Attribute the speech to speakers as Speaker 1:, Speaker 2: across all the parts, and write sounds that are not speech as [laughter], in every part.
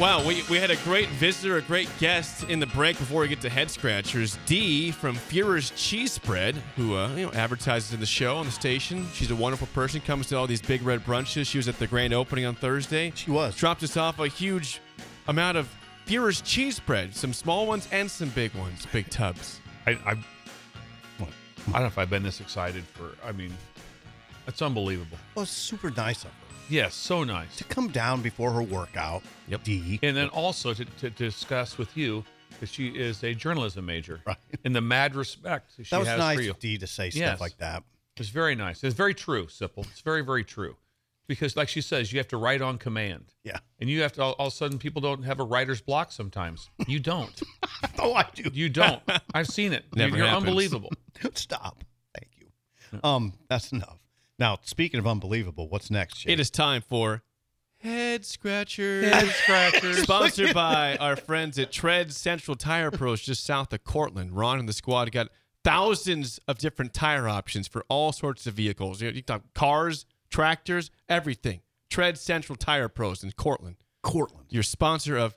Speaker 1: Wow, we, we had a great visitor, a great guest in the break before we get to head scratchers. Dee from Fuhrer's Cheese Spread, who uh, you know advertises in the show on the station. She's a wonderful person. Comes to all these big red brunches. She was at the grand opening on Thursday.
Speaker 2: She was.
Speaker 1: dropped us off a huge amount of Fuhrer's Cheese Spread, some small ones and some big ones, big tubs.
Speaker 3: I, I, I don't know if I've been this excited for. I mean, it's unbelievable.
Speaker 2: Well, it's super nice of her
Speaker 3: Yes, so nice.
Speaker 2: to come down before her workout.
Speaker 1: Yep.
Speaker 2: D.
Speaker 3: And then also to, to, discuss with you that she is a journalism major.
Speaker 2: Right.
Speaker 3: And the mad respect that she
Speaker 2: That was
Speaker 3: has
Speaker 2: nice
Speaker 3: for you.
Speaker 2: of Dee to say
Speaker 3: Yes.
Speaker 2: stuff like that.
Speaker 3: It's very nice. It's very true, Sipple. It's very, very true. Because, like she says, you have to write on command.
Speaker 2: Yeah. [laughs]
Speaker 3: And you have to, all, all of a sudden, people don't have a writer's block sometimes. You don't.
Speaker 2: Oh, I do.
Speaker 3: You don't. I've
Speaker 2: [laughs]
Speaker 3: seen it.
Speaker 1: Never
Speaker 3: You're
Speaker 1: happens.
Speaker 3: unbelievable.
Speaker 2: Stop. Thank you. Um, that's enough. Now, speaking of unbelievable, what's next? Jake?
Speaker 1: It is time for head scratchers.
Speaker 3: Head scratchers.
Speaker 1: Sponsored
Speaker 3: [laughs]
Speaker 1: by our friends at Tread Central Tire Pros, just south of Cortland. Ron and the squad got thousands of different tire options for all sorts of vehicles. You, you talk cars, tractors, everything. Tread Central Tire Pros in Cortland.
Speaker 2: Cortland.
Speaker 1: Your sponsor of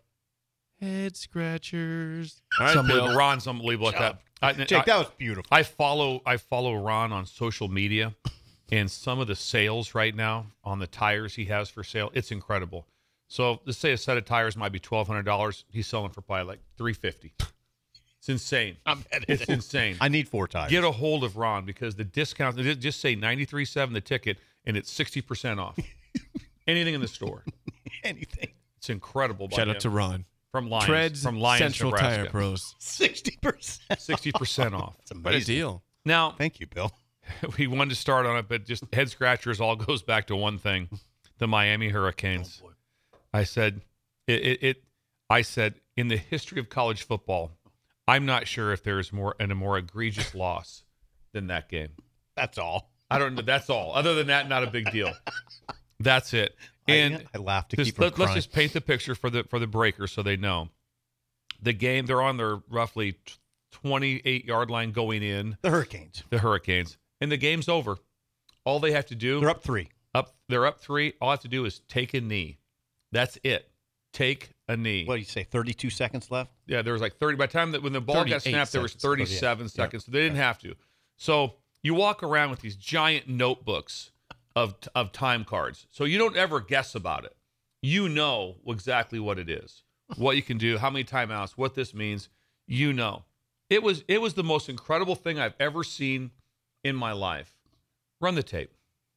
Speaker 1: Head Scratchers. All
Speaker 3: It's
Speaker 1: right,
Speaker 3: unbelievable.
Speaker 1: Bill.
Speaker 3: Ron's unbelievable at that. I,
Speaker 2: Jake,
Speaker 3: I-
Speaker 2: that was beautiful.
Speaker 3: I follow I follow Ron on social media and some of the sales right now on the tires he has for sale, it's incredible. So let's say a set of tires might be twelve hundred dollars. He's selling for probably like three fifty. It's insane. it's insane.
Speaker 2: I need four tires.
Speaker 3: Get a hold of Ron because the discount ju- just say ninety three seven the ticket and it's sixty
Speaker 1: [laughs]
Speaker 3: percent off. Anything in the store.
Speaker 2: anything. [laughs]
Speaker 3: It's incredible. by
Speaker 1: Shout
Speaker 3: him.
Speaker 1: out to Ron.
Speaker 3: from Lions
Speaker 1: Treads
Speaker 3: from Lions
Speaker 1: Central
Speaker 3: Nebraska.
Speaker 1: Tire Pros.
Speaker 2: Sixty percent.
Speaker 3: Sixty percent off.
Speaker 1: What a deal.
Speaker 3: Now
Speaker 2: Thank you, Bill.
Speaker 3: we wanted to start on it, but just head scratchers all [laughs] goes back to one thing: the Miami Hurricanes. I said, it, it, it. I said, in the history of college football, I'm not sure if there's more and a more egregious loss than that game.
Speaker 2: That's all.
Speaker 3: I don't know. That's all. Other than that, not a big deal. That's it.
Speaker 2: I-
Speaker 3: And
Speaker 2: I, laughed to
Speaker 3: just-
Speaker 2: keep from
Speaker 3: let, us
Speaker 2: crying.
Speaker 3: just paint the picture for the for the breakers so they know. The game they're on their roughly 28 yard line going in
Speaker 2: the Hurricanes.
Speaker 3: the Hurricanes, and the game's over. All they have to do
Speaker 2: They're up three.
Speaker 3: up they're up three. All I have to do is take a knee. That's it. Take a knee.
Speaker 2: What do you say? Thirty-two seconds left.
Speaker 3: Yeah, there was like thirty by the time that when the ball
Speaker 1: 38
Speaker 3: got snapped, there was
Speaker 1: seconds. Oh, yeah.
Speaker 3: thirty-seven
Speaker 2: Yeah.
Speaker 3: seconds. So they didn't have to. So you walk around with these giant notebooks of of time cards. So you don't ever guess about it. You know exactly what it is, what you can do, how many timeouts, what this means. You know. It was it was the most incredible thing I've ever seen in my life. Run the tape.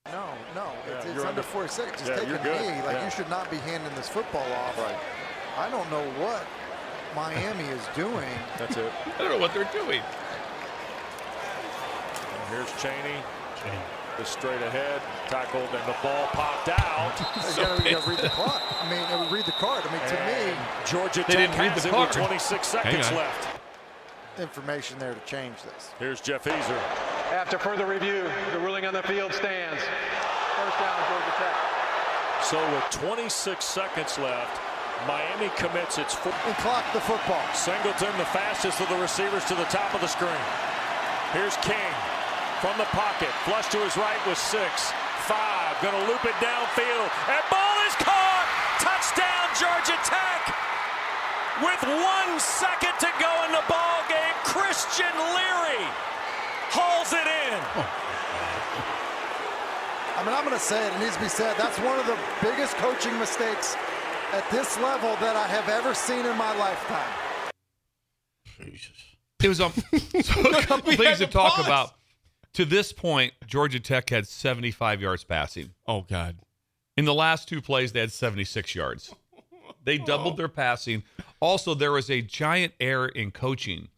Speaker 4: No, no, it's, it's
Speaker 5: you're
Speaker 4: under
Speaker 5: under-
Speaker 4: four seconds. Just
Speaker 5: yeah,
Speaker 4: take
Speaker 5: you're
Speaker 4: a
Speaker 5: good.
Speaker 4: knee. Like
Speaker 5: Yeah.
Speaker 4: you should not be handing this football off.
Speaker 5: Right.
Speaker 4: I don't know what Miami is
Speaker 5: [laughs]
Speaker 4: doing.
Speaker 5: That's it.
Speaker 3: I don't know what they're doing.
Speaker 5: And here's Cheney. Just straight ahead, tackled, and the ball popped out.
Speaker 4: You gotta, you gotta read the clock. I mean, uh, read the card. I mean, to
Speaker 5: And
Speaker 4: me,
Speaker 5: Georgia
Speaker 3: They
Speaker 5: Tech
Speaker 3: didn't read
Speaker 5: has
Speaker 3: the
Speaker 5: it with
Speaker 3: card.
Speaker 5: 26 seconds
Speaker 1: on.
Speaker 5: left.
Speaker 4: information there to change this.
Speaker 5: Here's Jeff Easer.
Speaker 6: After further review, the ruling on the field stands. First down, Georgia Tech.
Speaker 5: So with 26 seconds left, Miami commits its four.
Speaker 4: And clock the football.
Speaker 5: Singleton, the fastest of the receivers to the top of the screen. Here's King from the pocket. Flush to his right with six. Five. Going to loop it downfield. And ball is caught. Touchdown, Georgia Tech. With one second to go in the ball game, Christian Leary hauls it in.
Speaker 4: I mean, I'm gonna say it. It needs to be said. That's one of the biggest coaching mistakes at this level that I have ever seen in my lifetime.
Speaker 3: It was um, so a couple
Speaker 1: We had
Speaker 3: things to
Speaker 1: to
Speaker 3: talk
Speaker 1: pause.
Speaker 3: about. To this point, Georgia Tech had 75 yards passing.
Speaker 1: Oh, God. [laughs]
Speaker 3: In the last two plays, they had 76 yards. They doubled their passing. Also, there was a giant error in coaching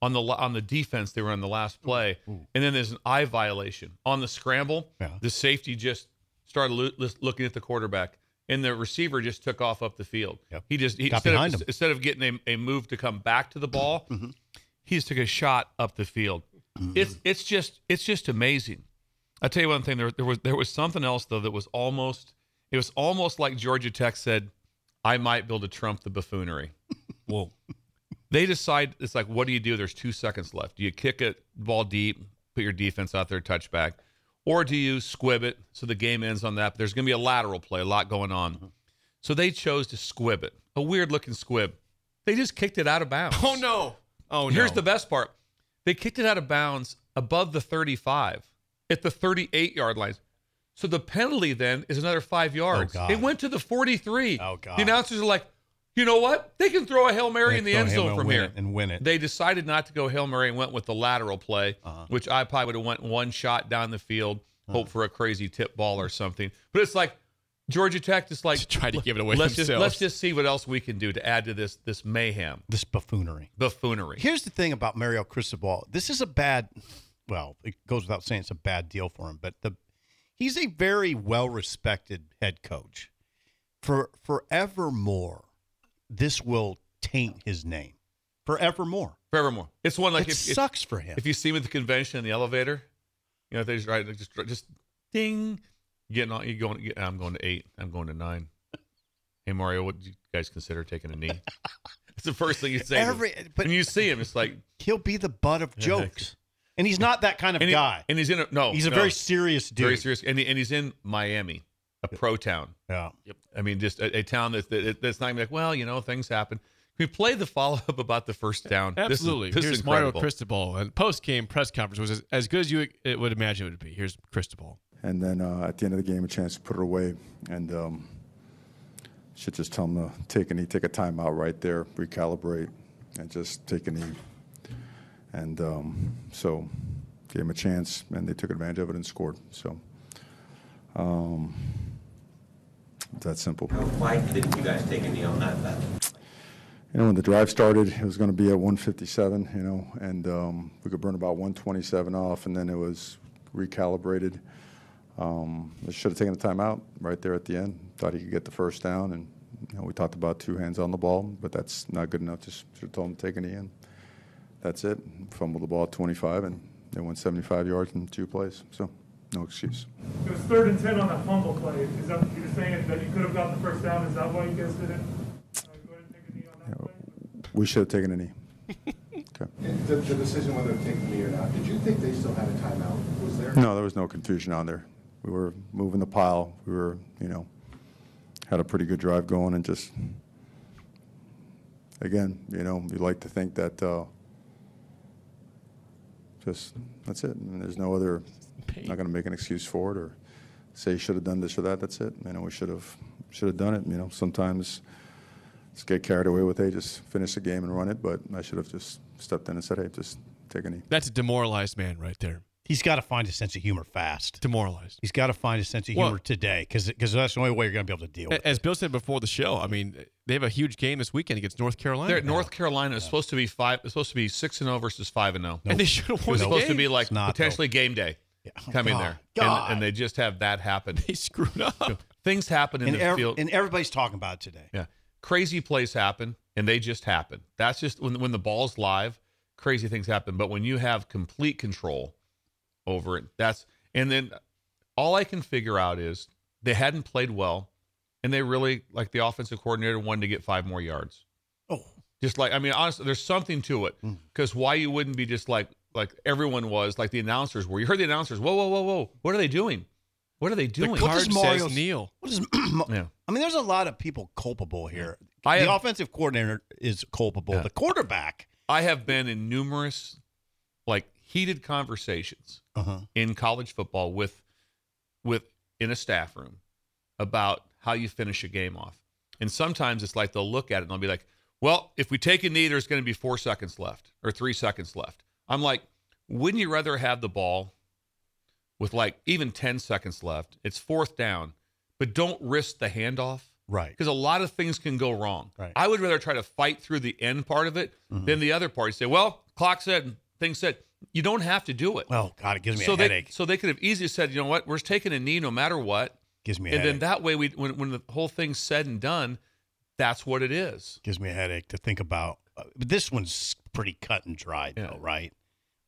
Speaker 3: on the on the defense they were on the last play, and then there's an eye violation on the scramble.
Speaker 2: Yeah.
Speaker 3: The safety just started loo- lis- looking at the quarterback, and the receiver just took off up the field.
Speaker 2: Yep.
Speaker 3: He just he,
Speaker 2: Got
Speaker 3: instead,
Speaker 2: behind
Speaker 3: of,
Speaker 2: him.
Speaker 3: instead of getting a, a move to come back to the ball, he just took a shot up the field. It's it's just it's just amazing. I tell you one thing. There, there was there was something else though that was almost it was almost like Georgia Tech said, "I might build a Trump the buffoonery."
Speaker 1: Whoa.
Speaker 3: They decide it's like, what do you do? There's two seconds left. Do you kick it ball deep, put your defense out there, touchback,
Speaker 1: Mm-hmm.
Speaker 3: or do you squib it so the game ends on that? But there's going to be a lateral play, a lot going on. So they chose to squib it, a weird looking squib. They just kicked it out of bounds.
Speaker 1: Oh no. Oh no.
Speaker 3: Here's the best part. They kicked it out of bounds above the 35 at the 38 yard line. So the penalty then is another
Speaker 1: Oh,
Speaker 3: five yards.
Speaker 2: God.
Speaker 3: It went to the 43.
Speaker 2: Oh, God.
Speaker 3: The announcers are like, you know what? They can throw a Hail Mary
Speaker 2: They
Speaker 3: in the
Speaker 2: throw
Speaker 3: end
Speaker 2: Hail
Speaker 3: zone
Speaker 2: Mary,
Speaker 3: from
Speaker 2: win
Speaker 3: here.
Speaker 2: it, and win it.
Speaker 3: They decided not to go Hail Mary and went with the lateral play, which I probably would have went one shot down the field, hope for a crazy tip ball or something. But it's like Georgia Tech just like
Speaker 1: Try to give it away
Speaker 3: let's just,
Speaker 1: themselves.
Speaker 3: let's just see what else we can do to add to this this mayhem,
Speaker 2: This buffoonery.
Speaker 3: buffoonery.
Speaker 2: Here's the thing about Mario Cristobal. This is a bad, well, it goes without saying it's a bad deal for him, but the he's a very well respected head coach. For forevermore, this will taint his name. Forevermore.
Speaker 3: Forevermore. It's one like
Speaker 2: it
Speaker 3: if, if-
Speaker 2: sucks for him.
Speaker 3: If you see him at the convention in the elevator, you know if they just right, just just ding, you getting on, you going. you- I'm going to eight. I'm going to nine. Hey Mario, what do you guys consider taking a knee? [laughs] it's the first thing you say. to him.
Speaker 2: Every- but-
Speaker 3: when you see him, it's like
Speaker 2: He'll be the butt of jokes. And he's not that kind of
Speaker 3: and he-
Speaker 2: guy.
Speaker 3: and he's in a no.
Speaker 2: he's a
Speaker 3: no,
Speaker 2: very serious dude.
Speaker 3: very serious, and, he- and he's in Miami, a pro town.
Speaker 2: Yeah.
Speaker 3: I mean, just a, a town that, that that's not even like well, you know, things happen. Can we play the follow up about the first down? This is-
Speaker 1: Absolutely.
Speaker 3: This is,
Speaker 1: Here's Mario
Speaker 3: incredible.
Speaker 1: Cristobal. And post game press conference was as, as good as you it would imagine it would be. Here's Cristobal.
Speaker 7: and then uh, at the end of the game, a chance to put it away. And um, should just tell him to take a knee, take a timeout right there, recalibrate, and just take a knee. And um, so, gave him a chance, and they took advantage of it and scored. So, um, it's that simple.
Speaker 8: Why didn't you guys take a knee on that bet?
Speaker 7: You know, when the drive started, it was going to be at 157, you know, and um, we could burn about 127 off, and then it was recalibrated. Um, I should have taken the timeout right there at the end. Thought he could get the first down, and you know, we talked about two hands on the ball, but that's not good enough. Just should have told him to take an knee, and that's it. Fumbled the ball at 25, and they went 75 yards in two plays, so no excuse.
Speaker 9: It was third and ten on that fumble play. Is that you're saying that you could have gotten the first down? Is that why you guys didn't? uh, go ahead and take a knee on that play?
Speaker 7: We should have taken a knee. Okay.
Speaker 10: The, the decision whether to take the knee or not, did you think they still had a timeout? Was there?
Speaker 7: No, there was no confusion on there. We were moving the pile. We were, you know, had a pretty good drive going and just, again, you know, you like to think that uh, just that's it. I mean, there's no other, not going to make an excuse for it or say you should have done this or that. That's it. You know, we should have should have done it. You know, sometimes just get carried away with, hey, just finish the game and run it. But I should have just stepped in and said, hey, just take a knee.
Speaker 1: That's a demoralized man right there.
Speaker 2: He's got to find a sense of humor fast.
Speaker 1: Demoralized.
Speaker 2: He's got to find a sense of
Speaker 1: Well-
Speaker 2: humor today because that's the only way you're going to be able to deal with
Speaker 1: A- As Bill said before the show, I mean, they have a huge game this weekend against North Carolina.
Speaker 3: They're at North Carolina. It's supposed to be five. It's supposed to be six and zero versus five and oh. zero.
Speaker 1: and they should have
Speaker 3: It
Speaker 1: won
Speaker 3: was
Speaker 1: the
Speaker 3: supposed
Speaker 1: game.
Speaker 3: to be like
Speaker 2: It's not,
Speaker 3: potentially game day
Speaker 2: Oh,
Speaker 3: coming
Speaker 2: God.
Speaker 3: there,
Speaker 2: God.
Speaker 3: And, and they just have that happen.
Speaker 1: [laughs] They screwed
Speaker 3: [laughs]
Speaker 1: up.
Speaker 3: Things happen in
Speaker 2: and,
Speaker 3: the
Speaker 2: ev-
Speaker 3: field.
Speaker 2: and everybody's talking about it today.
Speaker 3: yeah, crazy plays happen, and they just happen. That's just when when the ball's live, crazy things happen. But when you have complete control over it, that's and then all I can figure out is they hadn't played well, and they really like the offensive coordinator wanted to get five more yards.
Speaker 2: Oh,
Speaker 3: just like i mean honestly there's something to it
Speaker 2: Mm.
Speaker 3: because why you wouldn't be just like like everyone was like the announcers were you heard the announcers whoa whoa whoa whoa what are they doing what are they doing
Speaker 2: What does
Speaker 1: Card
Speaker 2: Mario-
Speaker 1: says Neil.
Speaker 2: what is? [clears throat]
Speaker 3: Yeah.
Speaker 2: I mean, there's a lot of people culpable here.
Speaker 3: I
Speaker 2: the
Speaker 3: have-
Speaker 2: offensive coordinator is culpable.
Speaker 3: Yeah.
Speaker 2: The quarterback.
Speaker 3: i have been in numerous like heated conversations
Speaker 2: Uh huh.
Speaker 3: in college football with with in a staff room about how you finish a game off and sometimes it's like they'll look at it and they'll be like well if we take a knee there's going to be four seconds left or three seconds left i'm like wouldn't you rather have the ball with like even 10 seconds left. It's fourth down, but don't risk the handoff.
Speaker 2: Right.
Speaker 3: Because a lot of things can go wrong.
Speaker 2: Right.
Speaker 3: I would rather try to fight through the end part of it than the other part. You say, well, clock said, thing said, you don't have to do it.
Speaker 2: Well, God, it gives me
Speaker 3: so
Speaker 2: a
Speaker 3: they,
Speaker 2: headache.
Speaker 3: So they could have easily said, you know what, we're taking a knee no matter what.
Speaker 2: Gives me a
Speaker 3: and
Speaker 2: headache.
Speaker 3: then that way, we when, when the whole thing's said and done, that's what it is.
Speaker 2: gives me a headache to think about. Uh, but this one's pretty cut and dry,
Speaker 3: Yeah.
Speaker 2: though, right?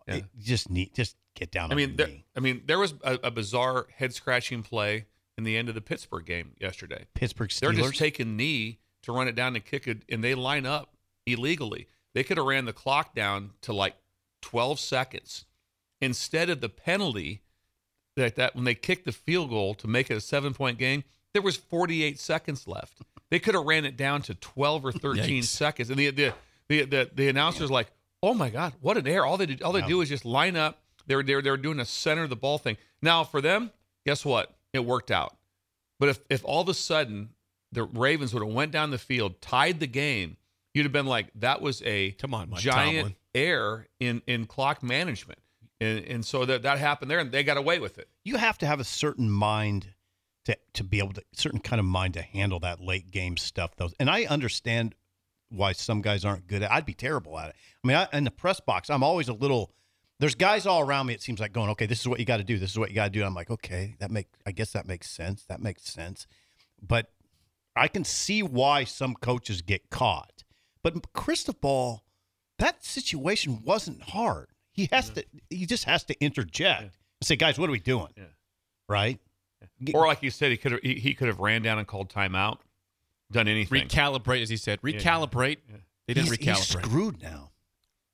Speaker 3: Yeah.
Speaker 2: It- just need, just get down.
Speaker 3: I
Speaker 2: on
Speaker 3: mean,
Speaker 2: your
Speaker 3: there,
Speaker 2: knee.
Speaker 3: I mean, there was a, a bizarre head scratching play in the end of the Pittsburgh game yesterday.
Speaker 2: Pittsburgh
Speaker 3: They're
Speaker 2: Steelers.
Speaker 3: just taking knee to run it down and kick it, and they line up illegally. They could have ran the clock down to like 12 seconds instead of the penalty that that when they kicked the field goal to make it a seven point game. There was 48 seconds left, They could have ran it down to 12 or 13
Speaker 1: Yikes.
Speaker 3: seconds, and the the the the, the announcer's like, "Oh my God, what an error! All they did, all they do is just line up. They're they're they're doing a center of the ball thing. Now for them, guess what? It worked out. But if if all of a sudden the Ravens would have went down the field, tied the game, you'd have been like, that was a
Speaker 1: Come on, Mike
Speaker 3: giant
Speaker 1: Tomlin.
Speaker 3: error in in clock management, and and so that that happened there, and they got away with it.
Speaker 2: you have to have a certain mind to to be able to certain kind of mind to handle that late game stuff though and i understand why some guys aren't good at i'd be terrible at it i mean I, in the press box i'm always a little there's guys all around me it seems like going okay this is what you got to do this is what you got to do i'm like okay that make i guess that makes sense that makes sense but i can see why some coaches get caught but cristobal that situation wasn't hard he has to he just has to interject and say guys what are we doing
Speaker 3: Yeah.
Speaker 2: right Get-
Speaker 3: Or like you said, he could have he, he could have ran down and called timeout, done anything.
Speaker 1: Recalibrate, as he said.
Speaker 3: yeah.
Speaker 1: Recalibrate. They didn't
Speaker 2: he's, he's
Speaker 1: recalibrate.
Speaker 2: screwed now.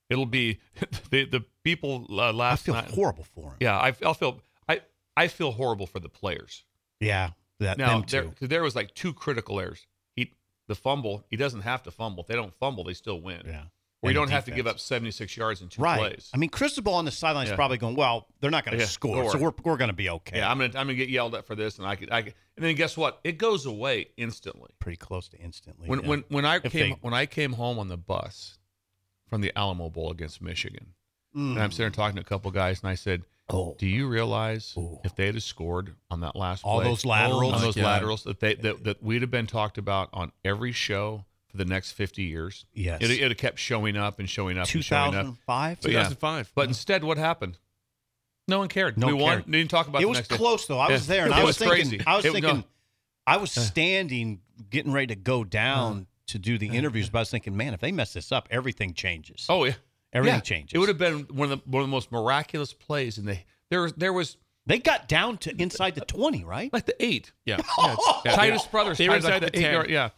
Speaker 3: It'll be [laughs] the the people uh,
Speaker 2: I
Speaker 3: last
Speaker 2: feel
Speaker 3: night.
Speaker 2: horrible for him.
Speaker 3: Yeah, I, I feel I I feel horrible for the players.
Speaker 2: yeah, that
Speaker 3: Now
Speaker 2: them
Speaker 3: there
Speaker 2: too.
Speaker 3: 'cause there was like two critical errors. He the fumble. He doesn't have to fumble. If they don't fumble, they still win.
Speaker 2: Yeah,
Speaker 3: Or
Speaker 2: And
Speaker 3: you
Speaker 2: the
Speaker 3: don't have to give
Speaker 2: defense.
Speaker 3: up seventy six yards in two
Speaker 2: right.
Speaker 3: plays.
Speaker 2: I mean, Cristobal on the sideline
Speaker 3: Yeah.
Speaker 2: is probably going, well, they're not going to
Speaker 3: Yeah,
Speaker 2: score, so
Speaker 3: score.
Speaker 2: we're, we're going to be okay.
Speaker 3: yeah, I'm gonna I'm gonna get yelled at for this, and I could I could, and then guess what? It goes away instantly.
Speaker 2: pretty close to instantly.
Speaker 3: When
Speaker 2: yeah.
Speaker 3: when when I
Speaker 2: If
Speaker 3: came
Speaker 2: they-
Speaker 3: when I came home on the bus from the Alamo Bowl against Michigan, and I'm
Speaker 2: Mm.
Speaker 3: sitting there talking to a couple guys, and I said,
Speaker 2: oh,
Speaker 3: "Do you realize
Speaker 2: Ooh.
Speaker 3: if they had have scored on that last
Speaker 2: All
Speaker 3: play,
Speaker 2: those laterals?
Speaker 3: on those
Speaker 1: Yeah.
Speaker 3: laterals that they that, that we'd have been talked about on every show for the next 50 years?
Speaker 2: Yes.
Speaker 3: it would have kept showing up and showing up and showing up.
Speaker 2: 2005.
Speaker 3: But yeah.
Speaker 1: 2005.
Speaker 3: But instead, what happened? No one cared.
Speaker 2: No
Speaker 3: we
Speaker 2: one
Speaker 3: won.
Speaker 2: cared.
Speaker 3: Didn't talk about
Speaker 2: It
Speaker 3: the
Speaker 2: was
Speaker 3: next day.
Speaker 2: close though. I
Speaker 3: Yeah.
Speaker 2: was there, and
Speaker 3: It
Speaker 2: I
Speaker 3: was
Speaker 2: was thinking.
Speaker 3: crazy.
Speaker 2: I was
Speaker 3: It- no.
Speaker 2: thinking. I was standing, getting ready to go down
Speaker 3: Uh-huh.
Speaker 2: to do the interviews, but I was thinking, man, if they mess this up, everything changes.
Speaker 3: Oh yeah,
Speaker 2: everything
Speaker 3: Yeah.
Speaker 2: changes.
Speaker 3: It would have been one of the one of the most miraculous plays, and they there was there was
Speaker 2: They got down to inside the twenty, right?
Speaker 3: like the eight. [laughs]
Speaker 1: yeah. yeah, it's- yeah,
Speaker 3: Titus
Speaker 1: they-
Speaker 3: Brothers.
Speaker 1: They were
Speaker 3: Titus,
Speaker 1: inside
Speaker 3: like
Speaker 1: the
Speaker 3: the eight
Speaker 1: 10.
Speaker 3: yard- yeah,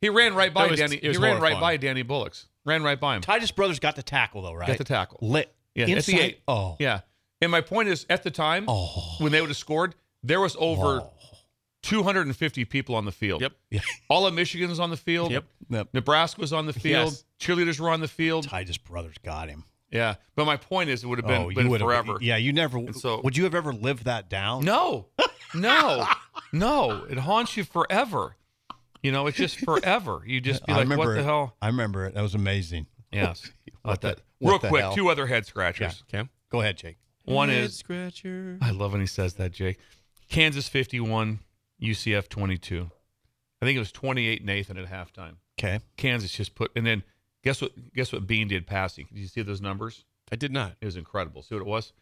Speaker 3: he ran right by
Speaker 1: That was-
Speaker 3: Danny.
Speaker 1: it was
Speaker 3: He ran right
Speaker 1: horrifying.
Speaker 3: by Danny Bullocks. Ran right by him.
Speaker 2: Titus Brothers got the tackle though, right?
Speaker 3: Got the tackle.
Speaker 2: Lit.
Speaker 3: Yeah,
Speaker 2: Inside.
Speaker 3: at the eight.
Speaker 2: Oh.
Speaker 3: yeah. And my point is, at the time
Speaker 2: Oh.
Speaker 3: when they would have scored, there was over
Speaker 2: Oh.
Speaker 3: 250 people on the field.
Speaker 1: Yep.
Speaker 2: Yeah.
Speaker 3: All of Michigan was on the field.
Speaker 1: Yep.
Speaker 2: Yep.
Speaker 3: Nebraska was on the field.
Speaker 1: Yes.
Speaker 3: Cheerleaders were on the field.
Speaker 2: Titus Brothers got him.
Speaker 3: Yeah. But my point is, it would have been, been
Speaker 2: would've-
Speaker 3: forever.
Speaker 2: Yeah, you never.
Speaker 3: And so-
Speaker 2: would you have ever lived that down? [laughs]
Speaker 3: No, no, no. It haunts you forever. You know, it's just forever. You just be
Speaker 2: I
Speaker 3: like,
Speaker 2: remember.
Speaker 3: what the
Speaker 2: it. [laughs]
Speaker 3: hell?
Speaker 2: I remember it. That was amazing.
Speaker 3: Yes.
Speaker 2: What the-
Speaker 3: that.
Speaker 2: what
Speaker 3: Real
Speaker 2: the
Speaker 3: quick,
Speaker 2: hell?
Speaker 3: two other head scratchers.
Speaker 1: Okay.
Speaker 2: Go ahead, Jake.
Speaker 3: One
Speaker 1: Head
Speaker 3: is,
Speaker 1: Scratcher.
Speaker 3: I love when he says that, Jake. Kansas 51, UCF 22. I think it was 28 Nathan at halftime.
Speaker 2: Okay.
Speaker 3: Kansas just put, and then guess what? Guess what? Bean did passing. Did you see those numbers?
Speaker 1: I did not.
Speaker 3: It was incredible. See what it was?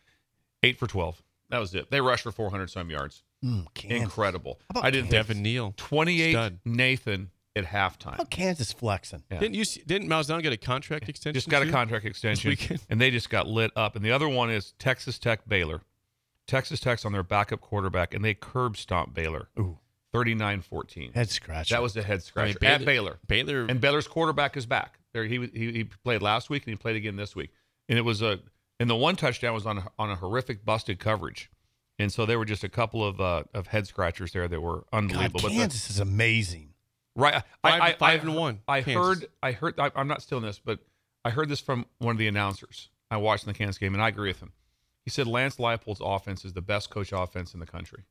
Speaker 3: Eight for 12. That was it. They rushed for 400 some yards.
Speaker 2: Mm, Kansas.
Speaker 3: Incredible.
Speaker 2: How about
Speaker 3: I didn't think
Speaker 1: Devin Neal.
Speaker 3: 28
Speaker 1: Stud.
Speaker 3: Nathan at
Speaker 2: How
Speaker 3: halftime.
Speaker 2: about Kansas flexing?
Speaker 3: Yeah.
Speaker 1: Didn't you? see- Didn't Malzahn get a contract extension?
Speaker 3: Just got a
Speaker 1: too?
Speaker 3: contract extension,
Speaker 1: weekend.
Speaker 3: and they just got lit up. And the other one is Texas Tech Baylor. Texas Tech's on their backup quarterback, and they curb stomp Baylor
Speaker 2: Ooh.
Speaker 3: 39 14.
Speaker 2: Head scratch.
Speaker 3: That was a
Speaker 1: I
Speaker 3: head
Speaker 1: mean,
Speaker 3: scratcher at Baylor.
Speaker 1: Baylor.
Speaker 3: And Baylor's quarterback is back. There, he, he he played last week and he played again this week. And it was a and the one touchdown was on a, on a horrific busted coverage. And so there were just a couple of uh, of head scratchers there that were
Speaker 2: God,
Speaker 3: unbelievable. But the-
Speaker 2: Kansas is amazing.
Speaker 3: Right. I- I,
Speaker 1: Five-
Speaker 3: I,
Speaker 1: five
Speaker 3: I,
Speaker 1: and one,
Speaker 3: I
Speaker 1: Kansas.
Speaker 3: heard. I heard. I, I'm not stealing this, but I heard this from one of the announcers. I watched in the Kansas game, and I agree with him. He said Lance Leipold's offense is the best coach offense in the country,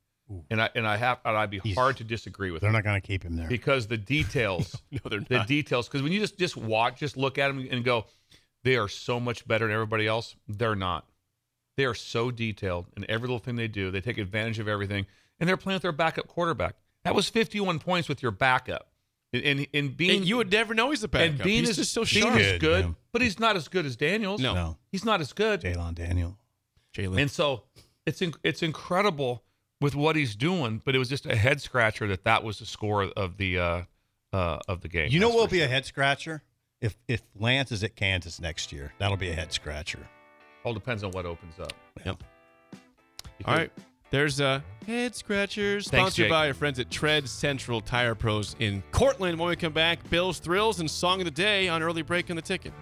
Speaker 3: and I and I have and I'd be
Speaker 2: He's-
Speaker 3: hard to disagree with
Speaker 2: They're
Speaker 3: him
Speaker 2: not going to keep him there.
Speaker 3: because the details,
Speaker 1: [laughs] no, they're
Speaker 3: the
Speaker 1: not.
Speaker 3: details. Because when you just just watch, just look at them and go, they are so much better than everybody else. They're not. They are so detailed in every little thing they do. They take advantage of everything, and they're playing with their backup quarterback. That was 51 points with your backup, and and, and
Speaker 1: And
Speaker 3: being
Speaker 1: you would never know he's a backup.
Speaker 3: and Bean
Speaker 1: he's
Speaker 3: is
Speaker 1: just so
Speaker 3: Bean
Speaker 1: sharp.
Speaker 3: is
Speaker 2: Good,
Speaker 3: good,
Speaker 2: man.
Speaker 3: but he's not as good as Daniels.
Speaker 1: No.
Speaker 2: no.
Speaker 3: he's not as good.
Speaker 2: Jalen Daniel.
Speaker 1: Jalen.
Speaker 3: And so it's in, it's incredible with what he's doing, but it was just a head scratcher that that was the score of the uh, uh, of the game.
Speaker 2: You know
Speaker 3: That's
Speaker 2: what will
Speaker 3: for
Speaker 2: be a
Speaker 3: sure.
Speaker 2: head scratcher? If if Lance is at Kansas next year, that'll be a head scratcher.
Speaker 3: all depends on what opens up.
Speaker 1: Yep. All right. There's a head scratcher sponsored
Speaker 3: Jake.
Speaker 1: by our friends at Tread Central Tire Pros in Cortland. When we come back, Bill's Thrills and Song of the Day on Early Break on the Ticket.